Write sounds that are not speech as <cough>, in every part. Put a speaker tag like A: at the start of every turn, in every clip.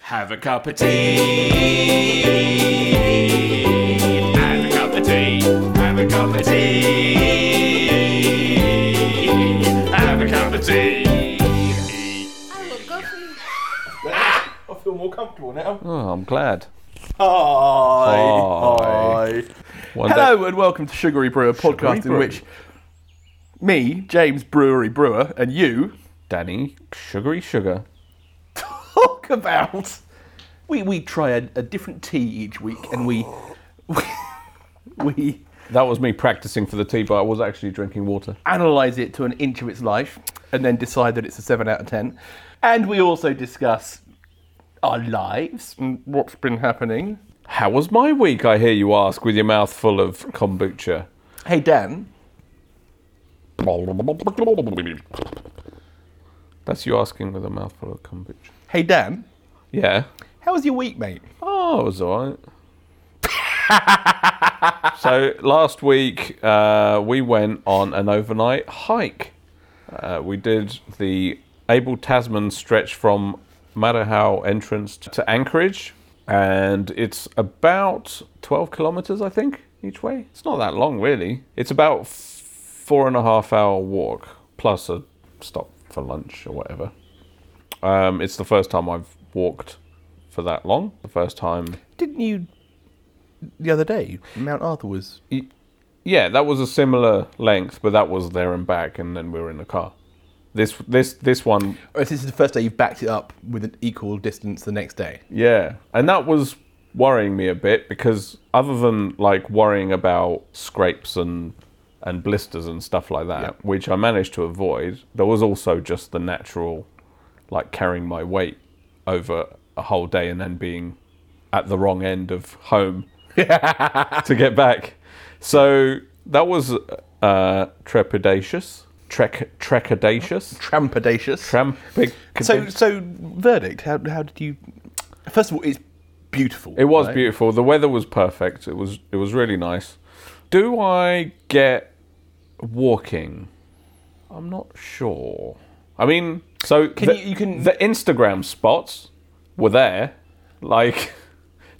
A: Have a cup of tea. Have a cup of tea. Have a cup of tea. Have a cup of tea.
B: I will go for you.
C: Ah! I feel more comfortable now.
D: Oh, I'm glad.
C: Hi. Hi.
D: One day-
C: Hello and welcome to Sugary Brewer podcast, in
D: Brewer.
C: which me, James Brewery Brewer, and you
D: Danny. Sugary sugar.
C: talk about. We we try a, a different tea each week, and we <laughs> we, we
D: That was me practicing for the tea, but I was actually drinking water.
C: analyze it to an inch of its life, and then decide that it's a seven out of ten. And we also discuss our lives and what's been happening.
D: How was my week, I hear you ask, with your mouth full of kombucha?
C: Hey Dan,
D: That's you asking with a mouthful of kombucha.
C: hey Dan,
D: Yeah.
C: how was your week, mate?
D: Oh, it was all right. <laughs> so last week uh, we went on an overnight hike. Uh, we did the Abel Tasman stretch from Madahow entrance to Anchorage, and it's about 12 kilometres, I think, each way. It's not that long, really. It's about f- four and a half hour walk plus a stop for lunch or whatever. Um, it's the first time I've walked for that long. The first time.
C: Didn't you the other day? Mount Arthur was
D: Yeah, that was a similar length, but that was there and back, and then we were in the car. This this this one,
C: Oh, so this is the first day you've backed it up with an equal distance the next day.
D: yeah, and that was worrying me a bit because other than like worrying about scrapes and and blisters and stuff like that, which I managed to avoid, there was also just the natural, like carrying my weight over a whole day and then being at the wrong end of home to get back. So that was uh, trepidatious, trek, trepidatious,
C: Trampadacious.
D: tramping.
C: so, so verdict. How, how did you? First of all, it's beautiful.
D: it was
C: right?
D: beautiful. The weather was perfect. It was it was really nice. Do I get walking? I'm not sure. I mean, so
C: Can
D: the,
C: you- you can-
D: the Instagram spots were there, like. <laughs>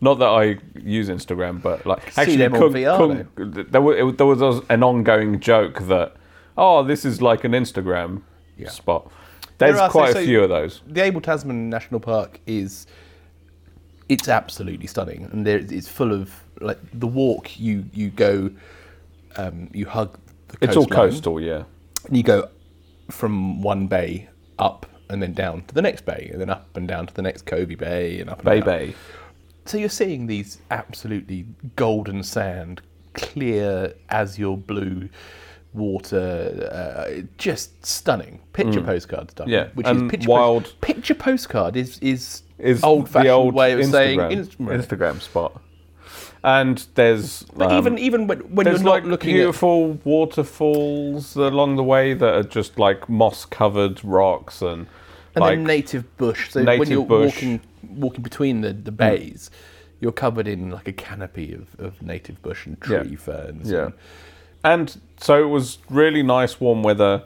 D: Not that I use Instagram, but like actually,
C: them on
D: Kung-
C: VR,
D: Kung- there was it, there was an ongoing joke that oh, this is like an Instagram spot. There's
C: are- so-
D: quite
C: so-
D: a few of those.
C: The Abel Tasman National Park is. It's absolutely stunning, and there, it's full of like the walk. You you go, um, you hug. The
D: It's all
C: coastline.
D: coastal, yeah.
C: and you go from one bay up and then down to the next bay and then up and down to the next Kobe Bay and up and
D: Bay
C: down.
D: Bay.
C: So you're seeing these absolutely golden sand, clear azure blue water, uh, just stunning picture postcard stuff.
D: Mm. Yeah,
C: which
D: and
C: is picture
D: wild-
C: picture postcard is is
D: is
C: old fashioned
D: the old
C: way of
D: Instagram,
C: saying Instagram.
D: Instagram. spot. And there's
C: But
D: um,
C: even even when, when you're
D: there's
C: not
D: like
C: looking at
D: beautiful waterfalls along the way that are just like moss covered rocks and,
C: And
D: like
C: then native bush. So when
D: native
C: you're
D: bush. Mm.
C: walking walking between the, the bays, you're covered in like a canopy of, of native bush and tree
D: Yeah.
C: ferns.
D: yeah.
C: and-
D: And so it was really nice warm weather,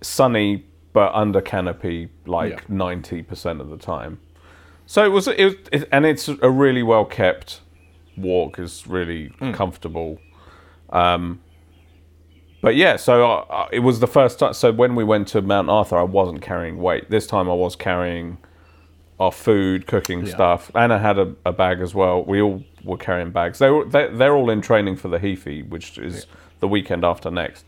D: sunny but under canopy like
C: Yeah.
D: ninety percent of the time. So it was it, was, it and it's a really well kept walk. It's really
C: Mm.
D: comfortable. But yeah, so I, I, it was the first time. So when we went to Mount Arthur, I wasn't carrying weight. This time I was carrying our food, cooking
C: Yeah.
D: stuff. Anna had a, a bag as well. We all were carrying bags. They were, they, they're all in training for the Hefe, which is the weekend after next,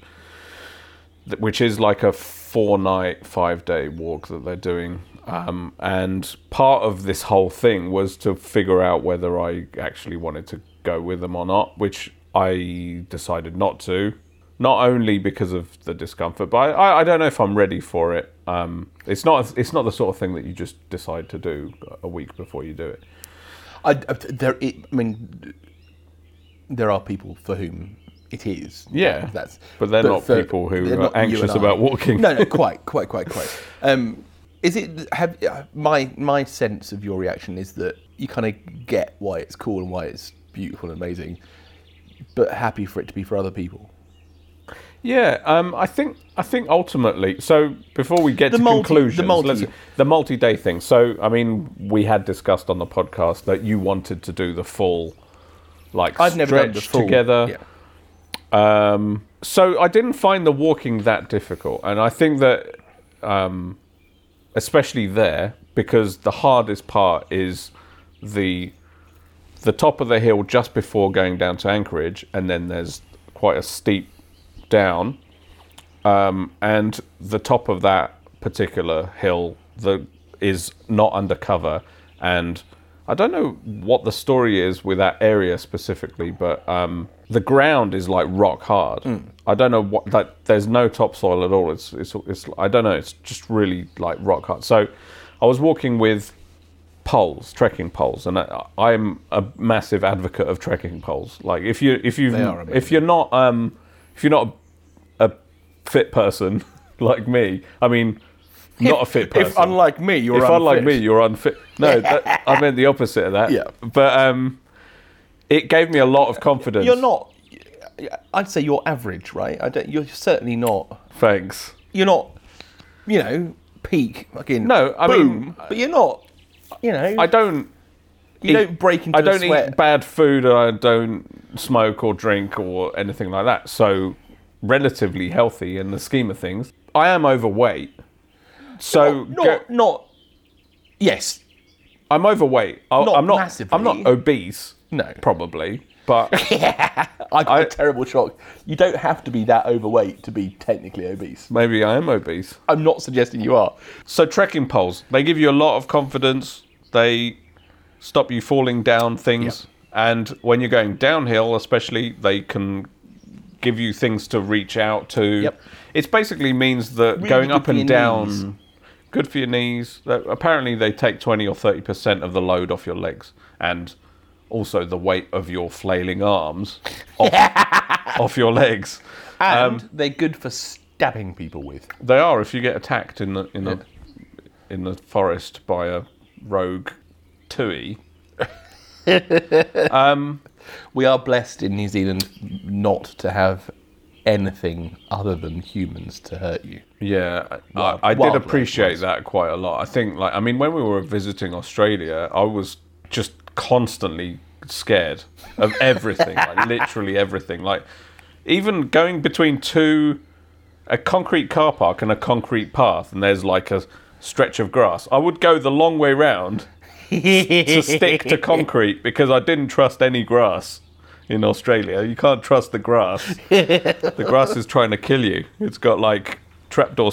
D: th- which is like a four night, five day walk that they're doing. Um, and part of this whole thing was to figure out whether I actually wanted to go with them or not, which I decided not to. Not only because of the discomfort, but I, I, I don't know if I'm ready for it. Um, it's not it's not the sort of thing that you just decide to do a week before you do it.
C: I, I- there, it, I mean, there are people for whom it is.
D: Yeah,
C: that's.
D: but they're not people who
C: they're
D: are
C: not you
D: anxious
C: and I.
D: about walking.
C: No, no, quite, quite, quite, quite. Um, is it have uh, my my sense of your reaction is that you kind of get why it's cool and why it's beautiful and amazing, but happy for it to be for other people.
D: Yeah, um, I think I think ultimately. So before we get
C: The
D: to
C: multi-
D: conclusions,
C: the multi-
D: let's- the multi-day thing. So I mean, we had discussed on the podcast that you wanted to do the full, like
C: I've never done the
D: stretch
C: full
D: together.
C: Yeah.
D: Um, so I didn't find the walking that difficult, and I think that, um, especially there, because the hardest part is the the top of the hill just before going down to Anchorage, and then there's quite a steep down, um, and the top of that particular hill the is not undercover, and I don't know what the story is with that area specifically, but um, the ground is like rock hard.
C: Hmm.
D: I don't know what that. There's no topsoil at all. It's, it's it's I don't know. It's just really like rock hard. So, I was walking with poles, trekking poles, and I, I'm a massive advocate of trekking poles. Like if you if you
C: They are amazing.
D: if you're not um if you're not a, a fit person <laughs> like me, I mean, not a fit person.
C: If unlike me, you're
D: if unlike
C: unfit.
D: me, you're unfit. No, that, I meant the opposite of that.
C: Yeah.
D: but um, it gave me a lot of confidence.
C: you're not. I'd say you're average, right? I don't, you're certainly not.
D: Thanks.
C: You're not. You know, peak fucking.
D: No, I
C: boom,
D: mean-
C: but you're not. You know,
D: I don't.
C: you don't break into
D: I
C: a
D: don't
C: sweat.
D: eat bad food and I don't smoke or drink or anything like that. So relatively healthy in the scheme of things. I am overweight. So
C: not,
D: go-
C: not. Yes,
D: I'm overweight. I,
C: Not
D: I'm not
C: massively.
D: I'm not obese.
C: No.
D: <laughs>
C: <laughs>
D: Probably. But
C: I got a
D: I-
C: terrible shock. You don't have to be that overweight to be technically obese.
D: maybe I am obese.
C: I'm not suggesting you are.
D: So trekking poles, they give you a lot of confidence. They stop you falling down things, and when you're going downhill, especially, they can give you things to reach out to.
C: Yep.
D: It basically means that going
C: good
D: up
C: for
D: and
C: your
D: down,
C: knees.
D: good for your knees. That- Apparently, they take twenty or thirty percent of the load off your legs, and also the weight of your flailing arms
C: <laughs>
D: off, off your legs.
C: And
D: Um,
C: they're good for stabbing people with.
D: They are if you get attacked in the in the in the forest by a rogue tui.
C: We are blessed in New Zealand not to have anything other than humans to hurt
D: <laughs>
C: you.
D: Yeah, I-
C: Wild-
D: I, I did
C: wildlife
D: appreciate that quite a lot. I think like I mean when we were visiting Australia, I was just constantly scared of <laughs> everything, like literally everything. Like even going between two a concrete car park and a concrete path and there's like a stretch of grass. I would go the long way round to stick to concrete because I didn't trust any grass in Australia. You can't trust the grass. the grass is trying to kill you. It's got like trapdoor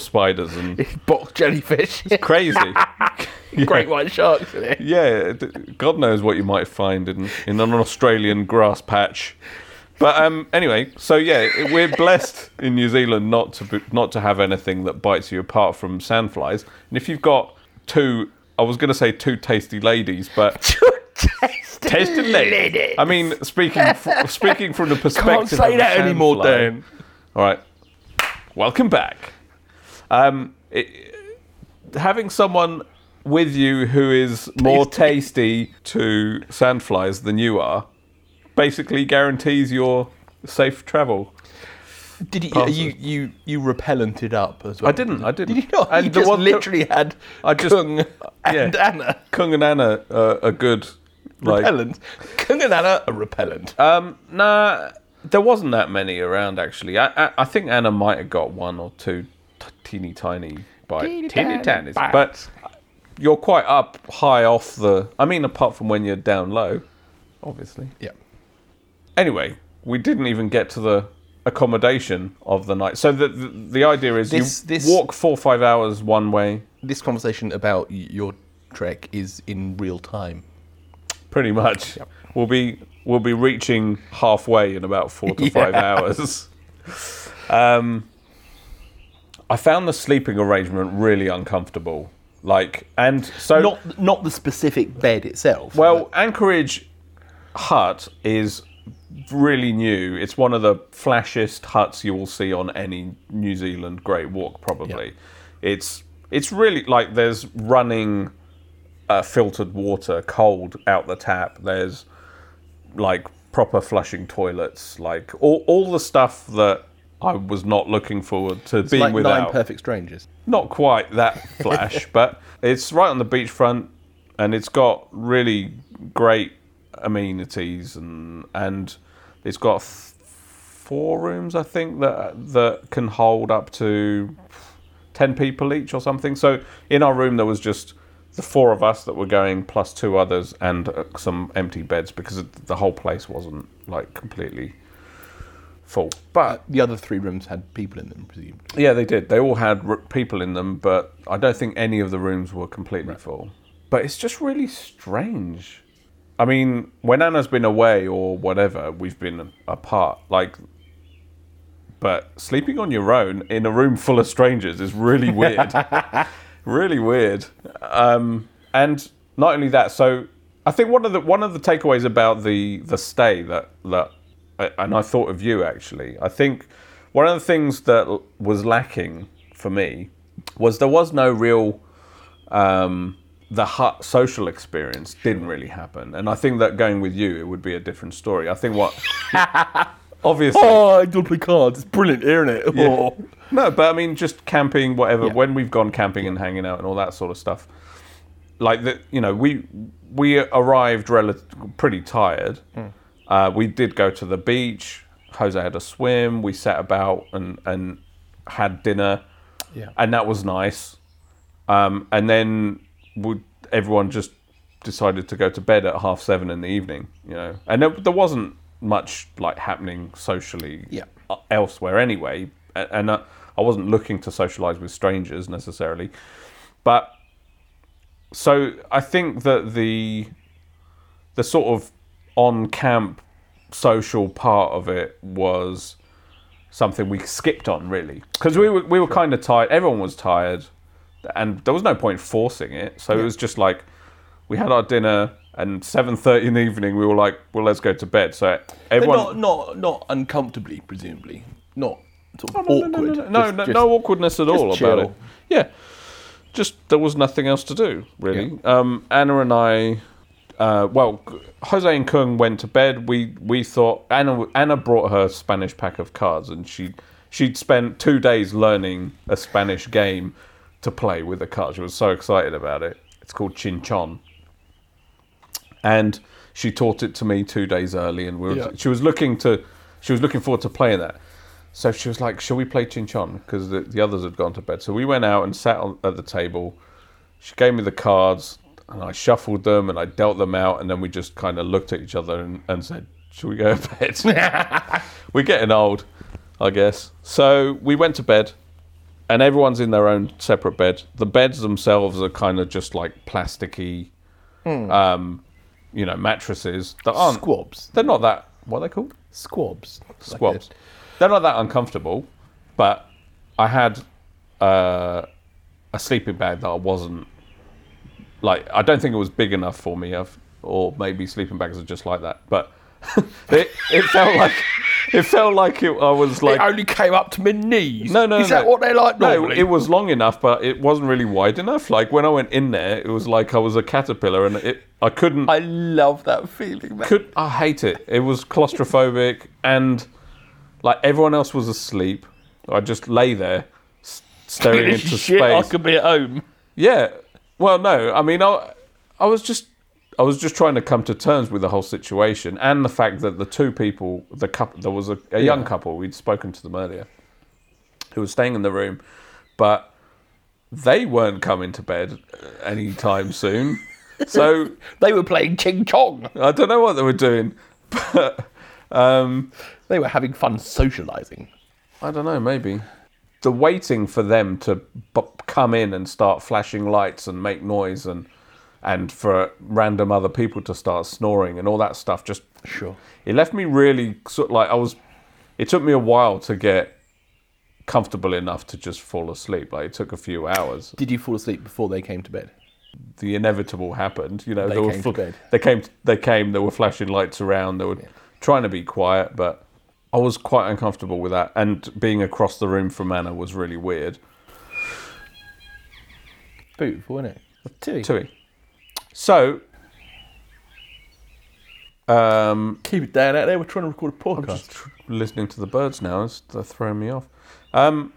C: <laughs>
D: spiders and
C: Box jellyfish,
D: crazy.
C: great white sharks in it.
D: Yeah, d- God knows what you might find in, in an Australian grass patch. But um, anyway, so yeah, it- we're blessed in New Zealand not to be, not to have anything that bites you apart from sandflies. And if you've got two, I was going to say two tasty ladies, but
C: <laughs>
D: tasted lady. I mean, speaking fr- speaking from the perspective.
C: say
D: of a
C: that anymore,
D: sandfly-
C: Dan.
D: All right, welcome back. Um, it, having someone with you who is more tasty to sandflies than you are basically guarantees your safe travel.
C: Did you,
D: Passes.
C: you you you repellented up as well?
D: I didn't. I didn't.
C: Did you not?
D: And
C: you
D: the
C: just
D: one-
C: literally had
D: I just-
C: Kung and
D: yeah.
C: Anna
D: Kung and Anna are, are good. Like,
C: repellent. Kung and Anna are repellent.
D: Um, nah, there wasn't that many around actually. I I, I think Anna might have got one or two t- teeny tiny bites,
C: Teeny
D: teeny,
C: tiny
D: tiny
C: bites.
D: But you're quite up high off the. I mean, apart from when you're down low, obviously.
C: yeah.
D: Anyway, we didn't even get to the accommodation of the night. So the the, the idea is
C: This-
D: you
C: this-
D: walk four or five hours one way,
C: this conversation about y- your trek is in real time.
D: pretty much. We'll be we'll be reaching halfway in about four to five hours. Um, I found the sleeping arrangement really uncomfortable. Like, and so
C: Not not the specific bed itself.
D: well, Anchorage Hut is really new. It's one of the flashiest huts you will see on any New Zealand Great Walk, probably. It's it's really like there's running uh, filtered water, cold out the tap. There's like proper flushing toilets, like all all the stuff that I was not looking forward to
C: It's
D: being
C: like
D: without.
C: nine perfect strangers.
D: not quite that flash, but it's right on the beachfront, and it's got really great amenities, and and it's got th- four rooms, I think, that that can hold up to ten people each or something. So in our room there was just the four of us that were going, plus two others, and uh, some empty beds because it- the whole place wasn't like completely full, but.
C: Uh, The other three rooms had people in them, presumably.
D: Yeah, they did. They all had r- people in them, but I don't think any of the rooms were completely full. But it's just really strange. I mean, when Anna's been away or whatever, we've been apart. Like, but sleeping on your own in a room full of strangers is really weird. really weird. Um, and not only that, so I think one of the one of the takeaways about the the stay that that and I thought of you actually. I think one of the things that l- was lacking for me was there was no real um, the hut social experience didn't really happen. And I think that going with you, it would be a different story. I think what obviously
C: Oh, I don't play cards. It's brilliant, isn't it?
D: yeah.
C: Oh.
D: No, but I mean, just camping, whatever.
C: Yeah.
D: When we've gone camping and hanging out and all that sort of stuff, like that, you know, we we arrived rel- pretty tired.
C: Hmm.
D: Uh, we did go to the beach. Jose had a swim. We sat about and and had dinner,
C: Yeah.
D: and that was nice. Um, and then we, everyone just decided to go to bed at half seven in the evening, you know. And there, there wasn't much like happening socially
C: Yeah.
D: uh, elsewhere anyway. A- And uh, I wasn't looking to socialize with strangers necessarily. But so I think that the the sort of on camp social part of it was something we skipped on really because we were we were kind of tired. Everyone was tired, and there was no point forcing it. So it was just like we had our dinner, and seven thirty in the evening we were like, well, let's go to bed. So
C: But
D: everyone.
C: not, not, not uncomfortably, presumably. Not sort of
D: no, no,
C: awkward.
D: No, no, no, no,
C: Just-
D: no,
C: just-
D: no awkwardness at all
C: chill.
D: about it. Yeah, just there was nothing else to do really. Um, Anna and I, uh, well, Jose and Kung went to bed. We we thought Anna Anna brought her Spanish pack of cards, and she she'd spent two days learning a Spanish game to play with the cards. She was so excited about it. It's called Chinchon and she taught it to me two days early, and we were,
C: Yeah.
D: she was looking to she was looking forward to playing that. So she was like, "Shall we play Chinchon?" Because the, the others had gone to bed. So we went out and sat on, at the table. She gave me the cards, and I shuffled them and I dealt them out, and then we just kind of looked at each other and, and said, "Shall we go to bed?" we're getting old, I guess. So we went to bed and everyone's in their own separate bed. The beds themselves are kind of just like plasticky, um, you know, mattresses that aren't.
C: Squabs.
D: They're not that. What are they called?
C: Squabs. Like
D: Squabs. they're not that uncomfortable, but I had uh, a sleeping bag that I wasn't like. I don't think it was big enough for me. I've, or maybe sleeping bags are just like that, but <laughs> it, it felt like it felt like it, I was
C: a-
D: like
C: it only came up to my knees.
D: no, no.
C: Is
D: no.
C: that what they like
D: No,
C: normally?
D: it was long enough, but it wasn't really wide enough. Like when I went in there, it was like I was a caterpillar, and it I couldn't.
C: I love that feeling, man.
D: could I hate it. It was claustrophobic, and like everyone else was asleep. I just lay there, s-
C: <laughs>
D: staring into
C: Shit, I
D: space.
C: could be at home.
D: Yeah. Well, no. I mean, I, I was just, I was just trying to come to terms with the whole situation and the fact that the two people, the couple, there was a, a young couple we'd spoken to them earlier, who was staying in the room, but they weren't coming to bed
C: <laughs>
D: anytime soon. So
C: They were playing Ching Chong.
D: I don't know what they were doing, but um,
C: They were having fun socialising.
D: I don't know, maybe. The waiting for them to b- come in and start flashing lights and make noise and and for random other people to start snoring and all that stuff just
C: Sure.
D: it left me really sort of like I was it took me a while to get comfortable enough to just fall asleep like it took a few hours
C: Did you fall asleep before they came to bed?
D: the inevitable happened you know
C: They
D: there
C: came to
D: were
C: bed.
D: they came they came there were flashing lights around they were trying to be quiet but I was quite uncomfortable with that and being across the room from Anna was really weird
C: Beautiful, wasn't it? Tui.
D: Tui. So, um,
C: Keep it down out there. We're trying to record a podcast.
D: tr- listening to the birds now. It's, they're throwing me off. Um,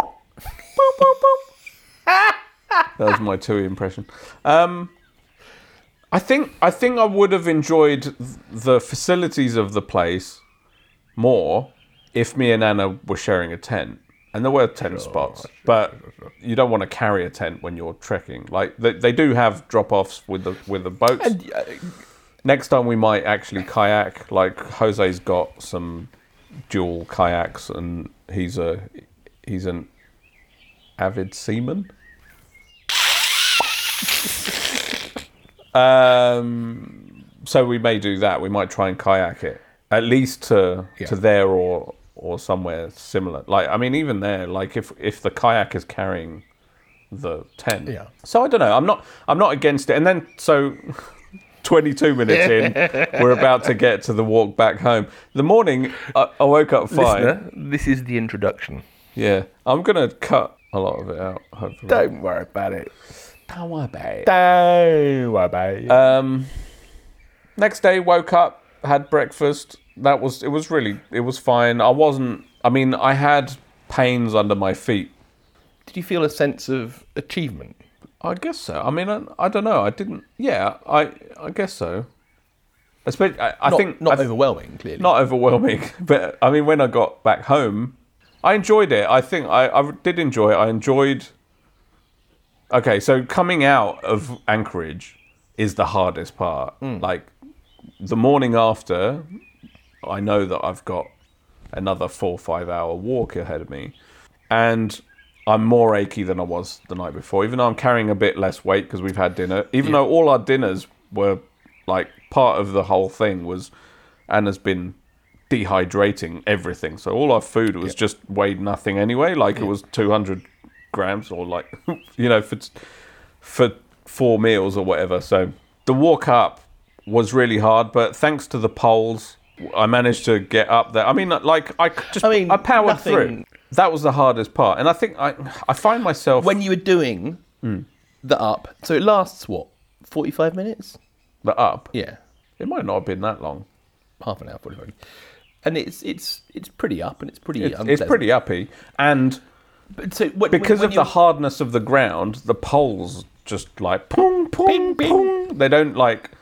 D: boop, boop, boop. that was my Tui impression. Um, I think I think I would have enjoyed th- the facilities of the place more if me and Anna were sharing a tent. And there were tent spots, but you don't want to carry a tent when you're trekking. Like they, they do have drop-offs with the with the boats. Next time we might actually kayak. Like Jose's got some dual kayaks, and he's a he's an avid seaman. Um, so we may do that. We might try and kayak it at least to to there or or somewhere similar. Like I mean, even there, like if if the kayak is carrying the tent.
C: Yeah.
D: So I don't know. I'm not I'm not against it. And then so. <laughs> 22 minutes in, we're about to get to the walk back home. The morning, I, I woke up at five.
C: Listener, this is the introduction.
D: Yeah, I'm gonna cut a lot of it out. Hopefully,
C: Don't worry about it.
D: don't worry about it.
C: Don't worry about it.
D: Um, next day, woke up, had breakfast. That was it. Was really it was fine. I wasn't. I mean, I had pains under my feet.
C: Did you feel a sense of achievement?
D: I guess so. I mean, I, I don't know. I didn't. Yeah, I I guess so. Especially, I, I
C: Not,
D: think
C: not
D: I,
C: overwhelming, clearly.
D: not overwhelming. <laughs> But I mean, when I got back home, I enjoyed it. I think I, I did enjoy it. I enjoyed. Okay, so coming out of Anchorage is the hardest part. Like the morning after, I know that I've got another four or five hour walk ahead of me. And I'm more achy than I was the night before, even though I'm carrying a bit less weight because we've had dinner. Even though all our dinners were like part of the whole thing was Anna's been dehydrating everything. So all our food was just weighed nothing anyway. Like it was 200 grams or like, <laughs> you know, for, for four meals or whatever. So the walk up was really hard, but thanks to the poles, I managed to get up there. I mean, like I c- just, I
C: I mean,
D: mean, I powered
C: nothing-
D: through. That was the hardest part, and I think I, I find myself
C: When you were doing
D: Hmm.
C: the up, so it lasts what, 45 minutes?
D: the up.
C: Yeah,
D: It might not have been that long.
C: half an hour, 45 minutes. And it's it's it's pretty up and it's pretty
D: It's, it's
C: unpleasant.
D: pretty uppy, and
C: But so when-
D: because
C: when
D: of
C: you-
D: the hardness of the ground, the poles just like pong, pong,
C: Bing, bing.
D: pong. They don't like,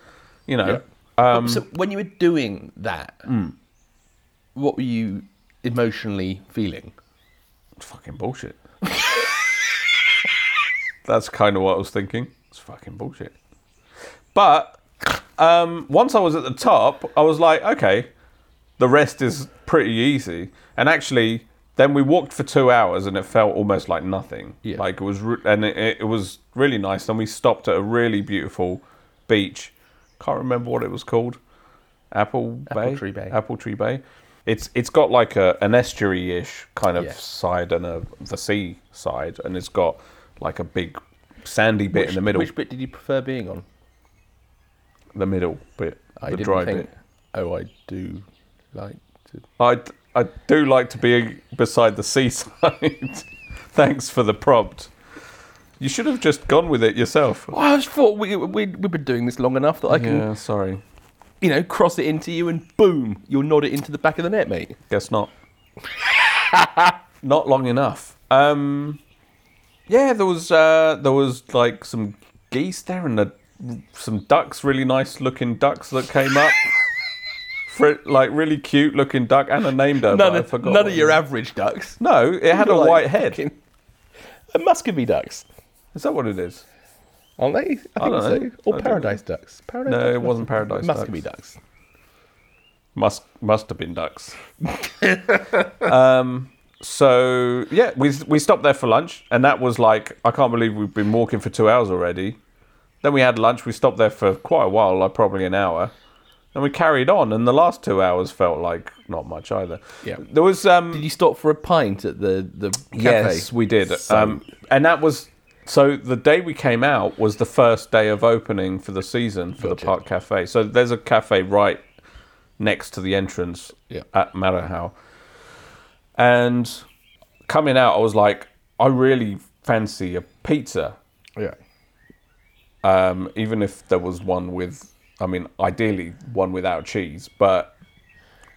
D: you know. um,
C: so when you were doing that,
D: Hmm.
C: what were you emotionally feeling?
D: It's fucking bullshit. That's kind of what I was thinking. It's fucking bullshit. But um, once I was at the top, I was like, okay, the rest is pretty easy. And actually, then we walked for two hours, and it felt almost like nothing.
C: Yeah.
D: Like it was, re- and it, it was really nice. Then we stopped at a really beautiful beach. Can't remember what it was called. Apple, Bay.
C: Tree Bay.
D: Apple Tree Bay. It's it's got like a an estuary ish kind of
C: Yeah.
D: side and a the sea side, and it's got like a big sandy bit in the middle.
C: Which bit did you prefer being on?
D: the middle bit,
C: I
D: the
C: didn't
D: dry
C: think.
D: bit.
C: Oh, I do like to.
D: I d- I do like to be beside the seaside. <laughs> Thanks for the prompt. You should have just gone with it yourself.
C: Well, I just thought we, we we've been doing this long enough that I can
D: Yeah, sorry.
C: you know cross it into you and boom, you'll nod it into the back of the net, mate.
D: Guess not. not long enough. Um, yeah, there was uh, there was like some geese there and the, some ducks, really nice looking ducks that came up. Fr- like really cute looking duck, and I named her.
C: None
D: but I
C: of
D: forgot
C: none
D: what
C: of your
D: it-
C: average <laughs> ducks.
D: No, it had a
C: Like
D: white head.
C: fucking- They're Muscovy ducks,
D: Is that what it is?
C: aren't they? I think
D: don't
C: so.
D: know. I
C: Or
D: don't
C: paradise ducks. Paradise
D: No,
C: ducks
D: it
C: must-
D: wasn't paradise
C: Muscovy ducks.
D: Must must have been ducks. <laughs> um, so yeah, we we stopped there for lunch, and that was like I can't believe we've been walking for two hours already. Then we had lunch. We stopped there for quite a while, like probably an hour, and we carried on. And the last two hours felt like not much either.
C: Yeah.
D: there was um,
C: Did you stop for a pint at the the cafe?
D: Yes, we did. Um, and that was so the day we came out was the first day of opening for the season for the
C: Gotcha.
D: Park Cafe. So there's a cafe right next to the entrance
C: Yeah.
D: at Marahau. And coming out, I was like, I really fancy a pizza,
C: yeah.
D: um, even if there was one with I mean, ideally one without cheese, but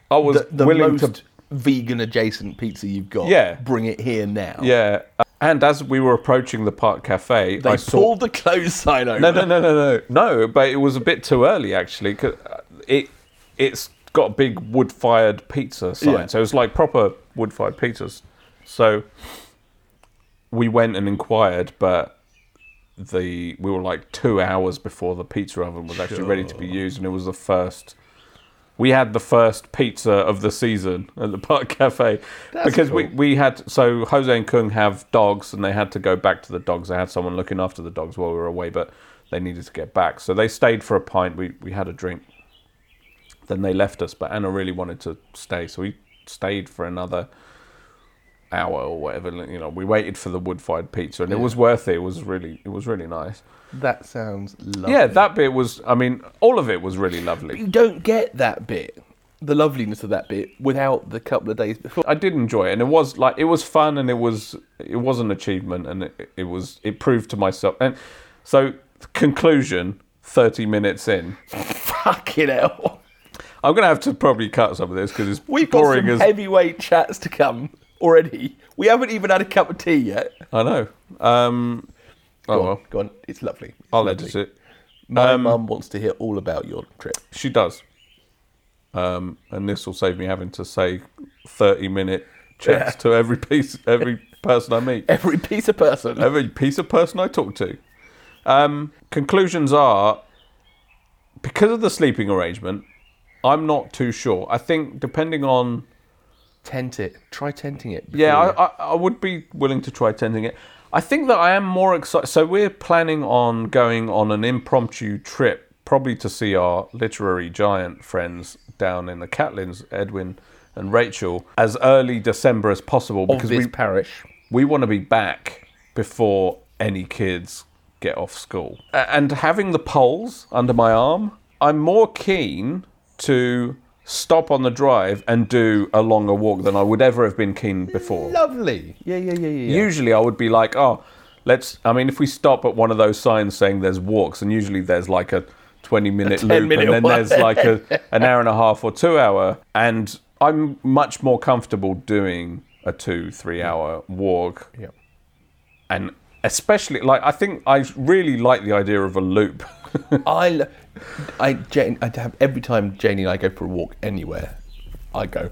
D: I was
C: The, the
D: willing
C: most
D: to.
C: vegan adjacent pizza you've got.
D: Yeah.
C: Bring it here now.
D: Yeah, and as we were approaching the park cafe,
C: They
D: I saw.
C: pulled the clothes sign over.
D: No, no, no, no, no, no. But it was a bit too early actually. 'cause, uh, it it's got a big wood-fired pizza sign,
C: Yeah.
D: so it's like proper wood-fired pizzas. So we went and inquired, but the we were like two hours before the pizza oven was actually ready to be used, and it was the first. We had the first pizza of the season at the Park Cafe
C: That's
D: because we,
C: cool.
D: we had so Jose and Kung have dogs and they had to go back to the dogs. They had someone looking after the dogs while we were away, but they needed to get back, so they stayed for a pint. We we had a drink, then they left us. But Anna really wanted to stay, so we stayed for another hour or whatever. You know, we waited for the wood-fired pizza, and it was worth it. It was really, it was really nice.
C: That sounds lovely.
D: Yeah, that bit was. I mean, all of it was really lovely.
C: you don't get that bit, the loveliness of that bit, without the couple of days before. <laughs>
D: I did enjoy it, and it was like it was fun, and it was it was an achievement, and it, it was it proved to myself. And so, conclusion: thirty minutes in,
C: Fucking hell.
D: I'm gonna have to probably cut some of this because it's
C: We've got
D: boring
C: some
D: as
C: heavyweight chats to come already. We haven't even had a cup of tea yet.
D: I know. Um, oh
C: Go on,
D: well,
C: go on. It's lovely. It's
D: I'll
C: lovely.
D: edit it.
C: My mum wants to hear all about your trip. <laughs>
D: She does. Um, and this will save me having to say thirty minute chats to every piece, every person I meet,
C: <laughs> Every piece of person.
D: every piece of person I talk to. Um, conclusions are because of the sleeping arrangement. I'm not too sure. I think depending on
C: Tent it. Try tenting it.
D: yeah,
C: before-
D: I, I, I would be willing to try tending it. I think that I am more excited. So we're planning on going on an impromptu trip, probably to see our literary giant friends down in the Catlins, Edwin and Rachel, as early December as possible
C: of
D: because
C: this
D: we
C: parish.
D: we want to be back before any kids get off school. A- And having the poles under my arm, I'm more keen to stop on the drive and do a longer walk than I would ever have been keen before.
C: Lovely. Yeah, yeah, yeah, yeah. yeah.
D: Usually I would be like, oh, let's. I mean, if we stop at one of those signs saying there's walks, and usually there's like a 20 minute
C: 10
D: loop,
C: minute
D: and then
C: one.
D: there's
C: <laughs>
D: like a, an hour and a half or two hour. And I'm much more comfortable doing a two, three hour walk.
C: Yeah.
D: And especially, like, I think I really like the idea of a loop. <laughs>
C: I, lo- I, Jane, I have every time Janie and I go for a walk anywhere, I go.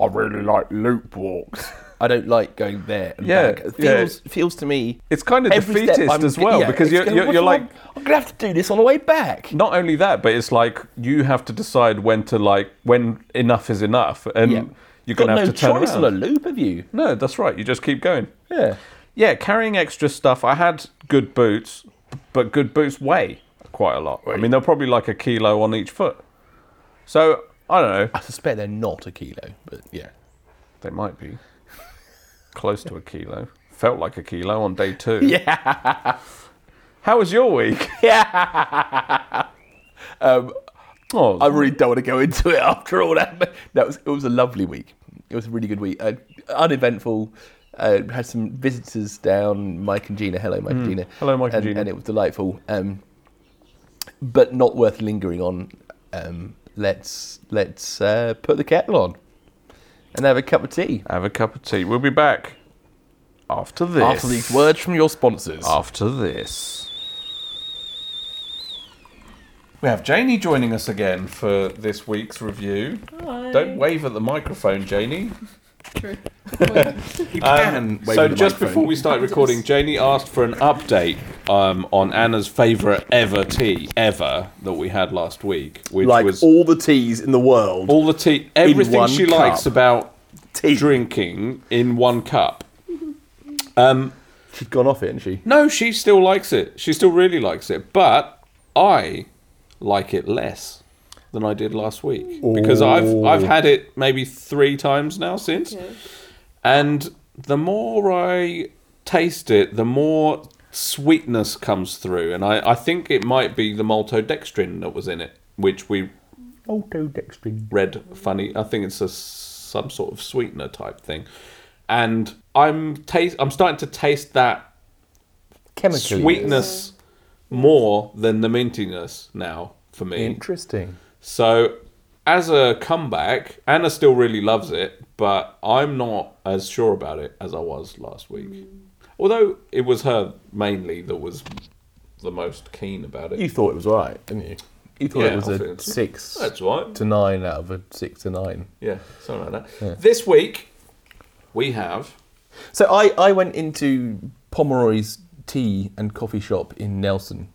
C: I really like loop walks. I don't like going there. And
D: Yeah,
C: back. It
D: yeah.
C: feels feels to me
D: It's kind of
C: every step
D: defeatist
C: I'm-
D: as well
C: yeah,
D: because
C: it's
D: you're,
C: going,
D: you're,
C: "What
D: you're
C: do
D: like,
C: I- I'm gonna have to do this on the way back.
D: not only that, but it's like you have to decide when to, like, when enough is enough. And
C: Yeah.
D: you're going to
C: Got
D: have
C: no
D: to turn
C: choice
D: around.
C: on a loop of you.
D: No, that's right. You just keep going.
C: Yeah.
D: Yeah, carrying extra stuff. I had good boots, but good boots weigh quite a lot. I mean, they're probably like a kilo on each foot. So I don't know.
C: I suspect they're not a kilo, but yeah.
D: They might be close to a kilo. Felt like a kilo on day two.
C: <laughs> Yeah.
D: How was your
C: <laughs>
D: week? <laughs>
C: Um,
D: Oh,
C: I really don't want to go into it after all that. but That was it was a lovely week. It was a really good week. Uh, uneventful. Uh, had some visitors down. Mike and Gina. Mm. Hello, Mike and Gina.
D: Hello, Mike and Gina.
C: And it was delightful. Um, but not worth lingering on. Um, let's let's uh, put the kettle on and have a cup of tea.
D: have a cup of tea. We'll be back after this. Ah,
C: After these words from your sponsors.
D: After this. We have Janie joining us again for this week's review.
B: Hi.
D: Don't wave at the microphone, Janie.
B: <laughs>
D: <laughs>
B: True. Good
C: You
D: Um, so just before we start recording, Janie asked for an update um, on Anna's favourite ever tea ever that we had last week, which
C: like
D: was all,
C: all the teas in the world,
D: the tea, everything
C: one
D: she
C: cup.
D: likes about
C: Tea.
D: drinking in one cup. Um,
C: she's gone off it, hasn't she?
D: no, she still likes it. She still really likes it, but I like it less than I did last week because I've I've had it maybe three times now since.
B: point.
D: And the more I taste it, the more sweetness comes through. And I, I think it might be the maltodextrin that was in it, which we
C: Maltodextrin.
D: read funny. I think it's a s- some sort of sweetener type thing. And I'm taste I'm starting to taste that
C: Chemical.
D: sweetness more than the mintiness now for me.
C: Interesting.
D: So, as a comeback, Anna still really loves it, but I'm not as sure about it as I was last
C: Mm.
D: week. Although it was her mainly that was the most keen about it.
C: You thought it was alright, didn't you? You thought
D: Yeah,
C: it was
D: I
C: a
D: think so.
C: six
D: That's right.
C: to nine out of a six to nine.
D: Yeah, something like that. This week, we have.
C: So I, I went into Pomeroy's tea and coffee shop in Nelson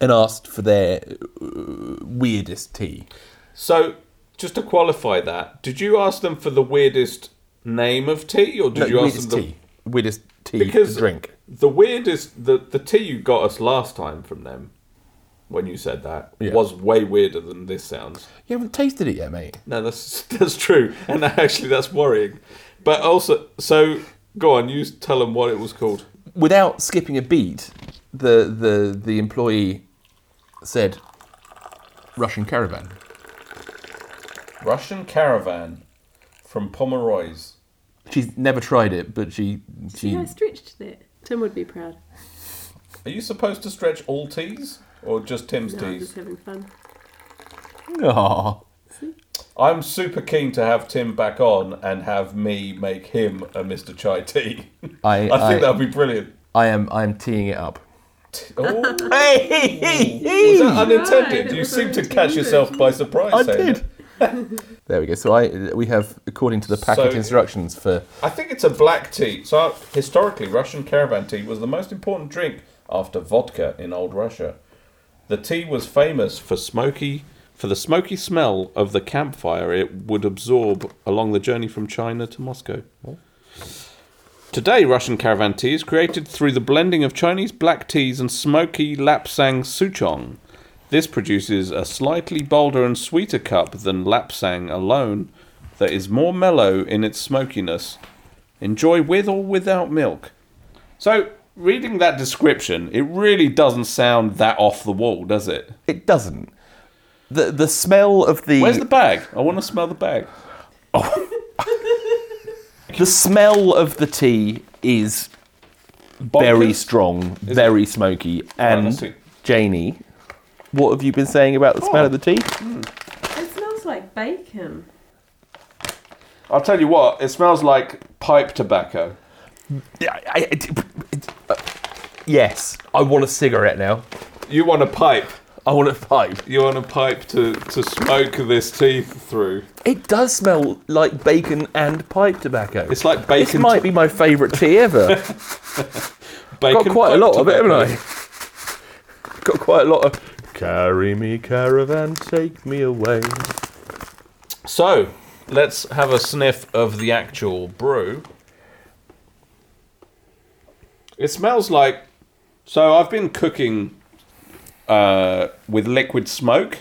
C: and asked for their uh, weirdest tea.
D: So, just to qualify that, did you ask them for the weirdest name of tea, or did
C: No,
D: you ask
C: weirdest
D: them the,
C: tea. Weirdest tea
D: Because-
C: to drink.
D: the weirdest the the tea you got us last time from them when you said that
C: Yeah.
D: was way weirder than this sounds.
C: You haven't tasted it yet, mate.
D: No, that's <laughs> that's true, and <laughs> that- actually that's worrying. But also, so go on, you tell them what it was called.
C: Without skipping a beat, the the, the employee said Russian caravan.
D: Russian caravan from Pomeroy's.
C: She's never tried it, but she she
B: See, I stretched that. Tim would be proud.
D: Are you supposed to stretch all teas or just Tim's
B: No, I'm just having fun.
C: <laughs> Aw.
D: I'm super keen to have Tim back on and have me make him a Mr. Chai tea. <laughs>
C: I
D: I think
C: I,
D: that'd be brilliant. <laughs>
C: I am I am teeing it up.
D: Oh.
C: Hey!
D: Was that unintended?
B: Right, it
D: you
B: was
D: seem to catch yourself by
C: <laughs>
D: surprise.
C: I
D: saying
C: did. <laughs>
D: that.
C: there we go. So I we have according to the packet
D: So-
C: instructions for
D: I think it's a black tea. So historically, Russian caravan tea was the most important drink after vodka in old Russia. The tea was famous for smoky for the smoky smell of the campfire it would absorb along the journey from China to Moscow. Today, Russian caravan tea is created through the blending of Chinese black teas and smoky Lapsang Souchong. This produces a slightly bolder and sweeter cup than Lapsang alone that is more mellow in its smokiness. Enjoy with or without milk. So, reading that description, it really doesn't sound that off the wall, does it?
C: it doesn't. The the smell of the
D: Where's the bag? I want to smell the bag.
C: the smell of the tea is very
D: Bonkers.
C: strong, very smoky. And
D: let's see.
C: Janie, what have you been saying about the
D: Oh.
C: smell of the tea?
B: It smells like bacon.
D: I'll tell you what, it smells like pipe tobacco.
C: Yeah, I- I- it- it- uh, yes, I want a cigarette now.
D: You want a pipe.
C: I want a pipe.
D: You want a pipe to, to smoke this tea through.
C: It does smell like bacon and pipe tobacco.
D: It's like
C: this
D: bacon.
C: might be my favourite tea ever.
D: bacon
C: Got quite a
D: pipe
C: lot of it, haven't
D: tobacco.
C: I? Got quite a lot of. Carry me, caravan, take me away.
D: So, let's have a sniff of the actual brew. It smells like. So, I've been cooking uh, with liquid smoke.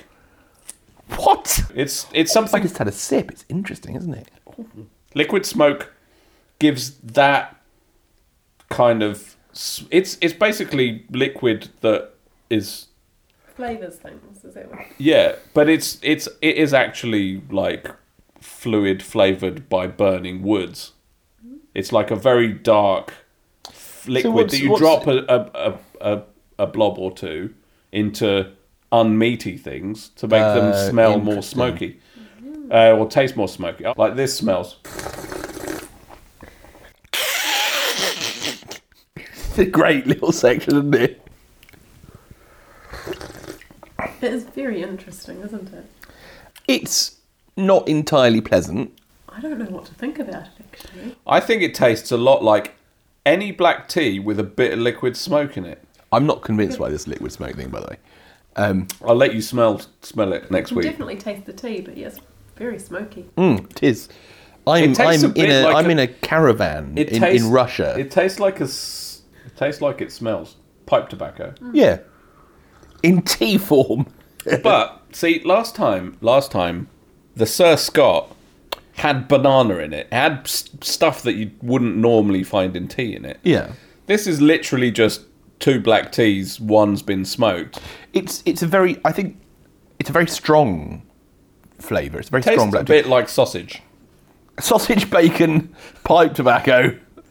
C: What?
D: It's it's
C: I
D: something
C: just had a sip. It's interesting, isn't it?
D: liquid smoke gives that kind of s- it's it's basically liquid that is
B: Flavours things, is that what?
D: yeah, but it's it's it is actually like fluid flavored by burning woods. It's like a very dark f- liquid
C: what's-
D: that you
C: what's-
D: drop a, a, a, a, a blob or two into unmeaty things to make
C: Uh,
D: them smell more
C: interesting.
D: smoky uh, or taste more smoky. Like this smells.
C: <laughs> It's a great little section, isn't it?
B: It is very interesting, isn't it?
C: It's not entirely pleasant.
B: I don't know what to think about it actually.
D: I think it tastes a lot like any black tea with a bit of liquid smoke in it.
C: I'm not convinced by this liquid smoke thing, by the way. Um,
D: I'll let you smell smell it next
B: You can
D: week.
B: Mm, definitely taste the tea, but yes, very smoky.
C: mm, it is. I'm,
D: It tastes
C: I'm
D: a
C: in a
D: bit like
C: am
D: a-
C: in a caravan in, in Russia.
D: It tastes like a. s- It tastes like it smells pipe tobacco.
C: Yeah, in tea form.
D: <laughs> but see, last time, last time, the Sir Scott had banana in it. It had s- stuff that you wouldn't normally find in tea in it.
C: Yeah,
D: This is literally just two black teas. One's been smoked.
C: it's it's a very I think it's a very strong flavour. It's a very
D: Tastes
C: strong
D: a
C: black tea.
D: bit like sausage,
C: sausage, bacon, pipe tobacco.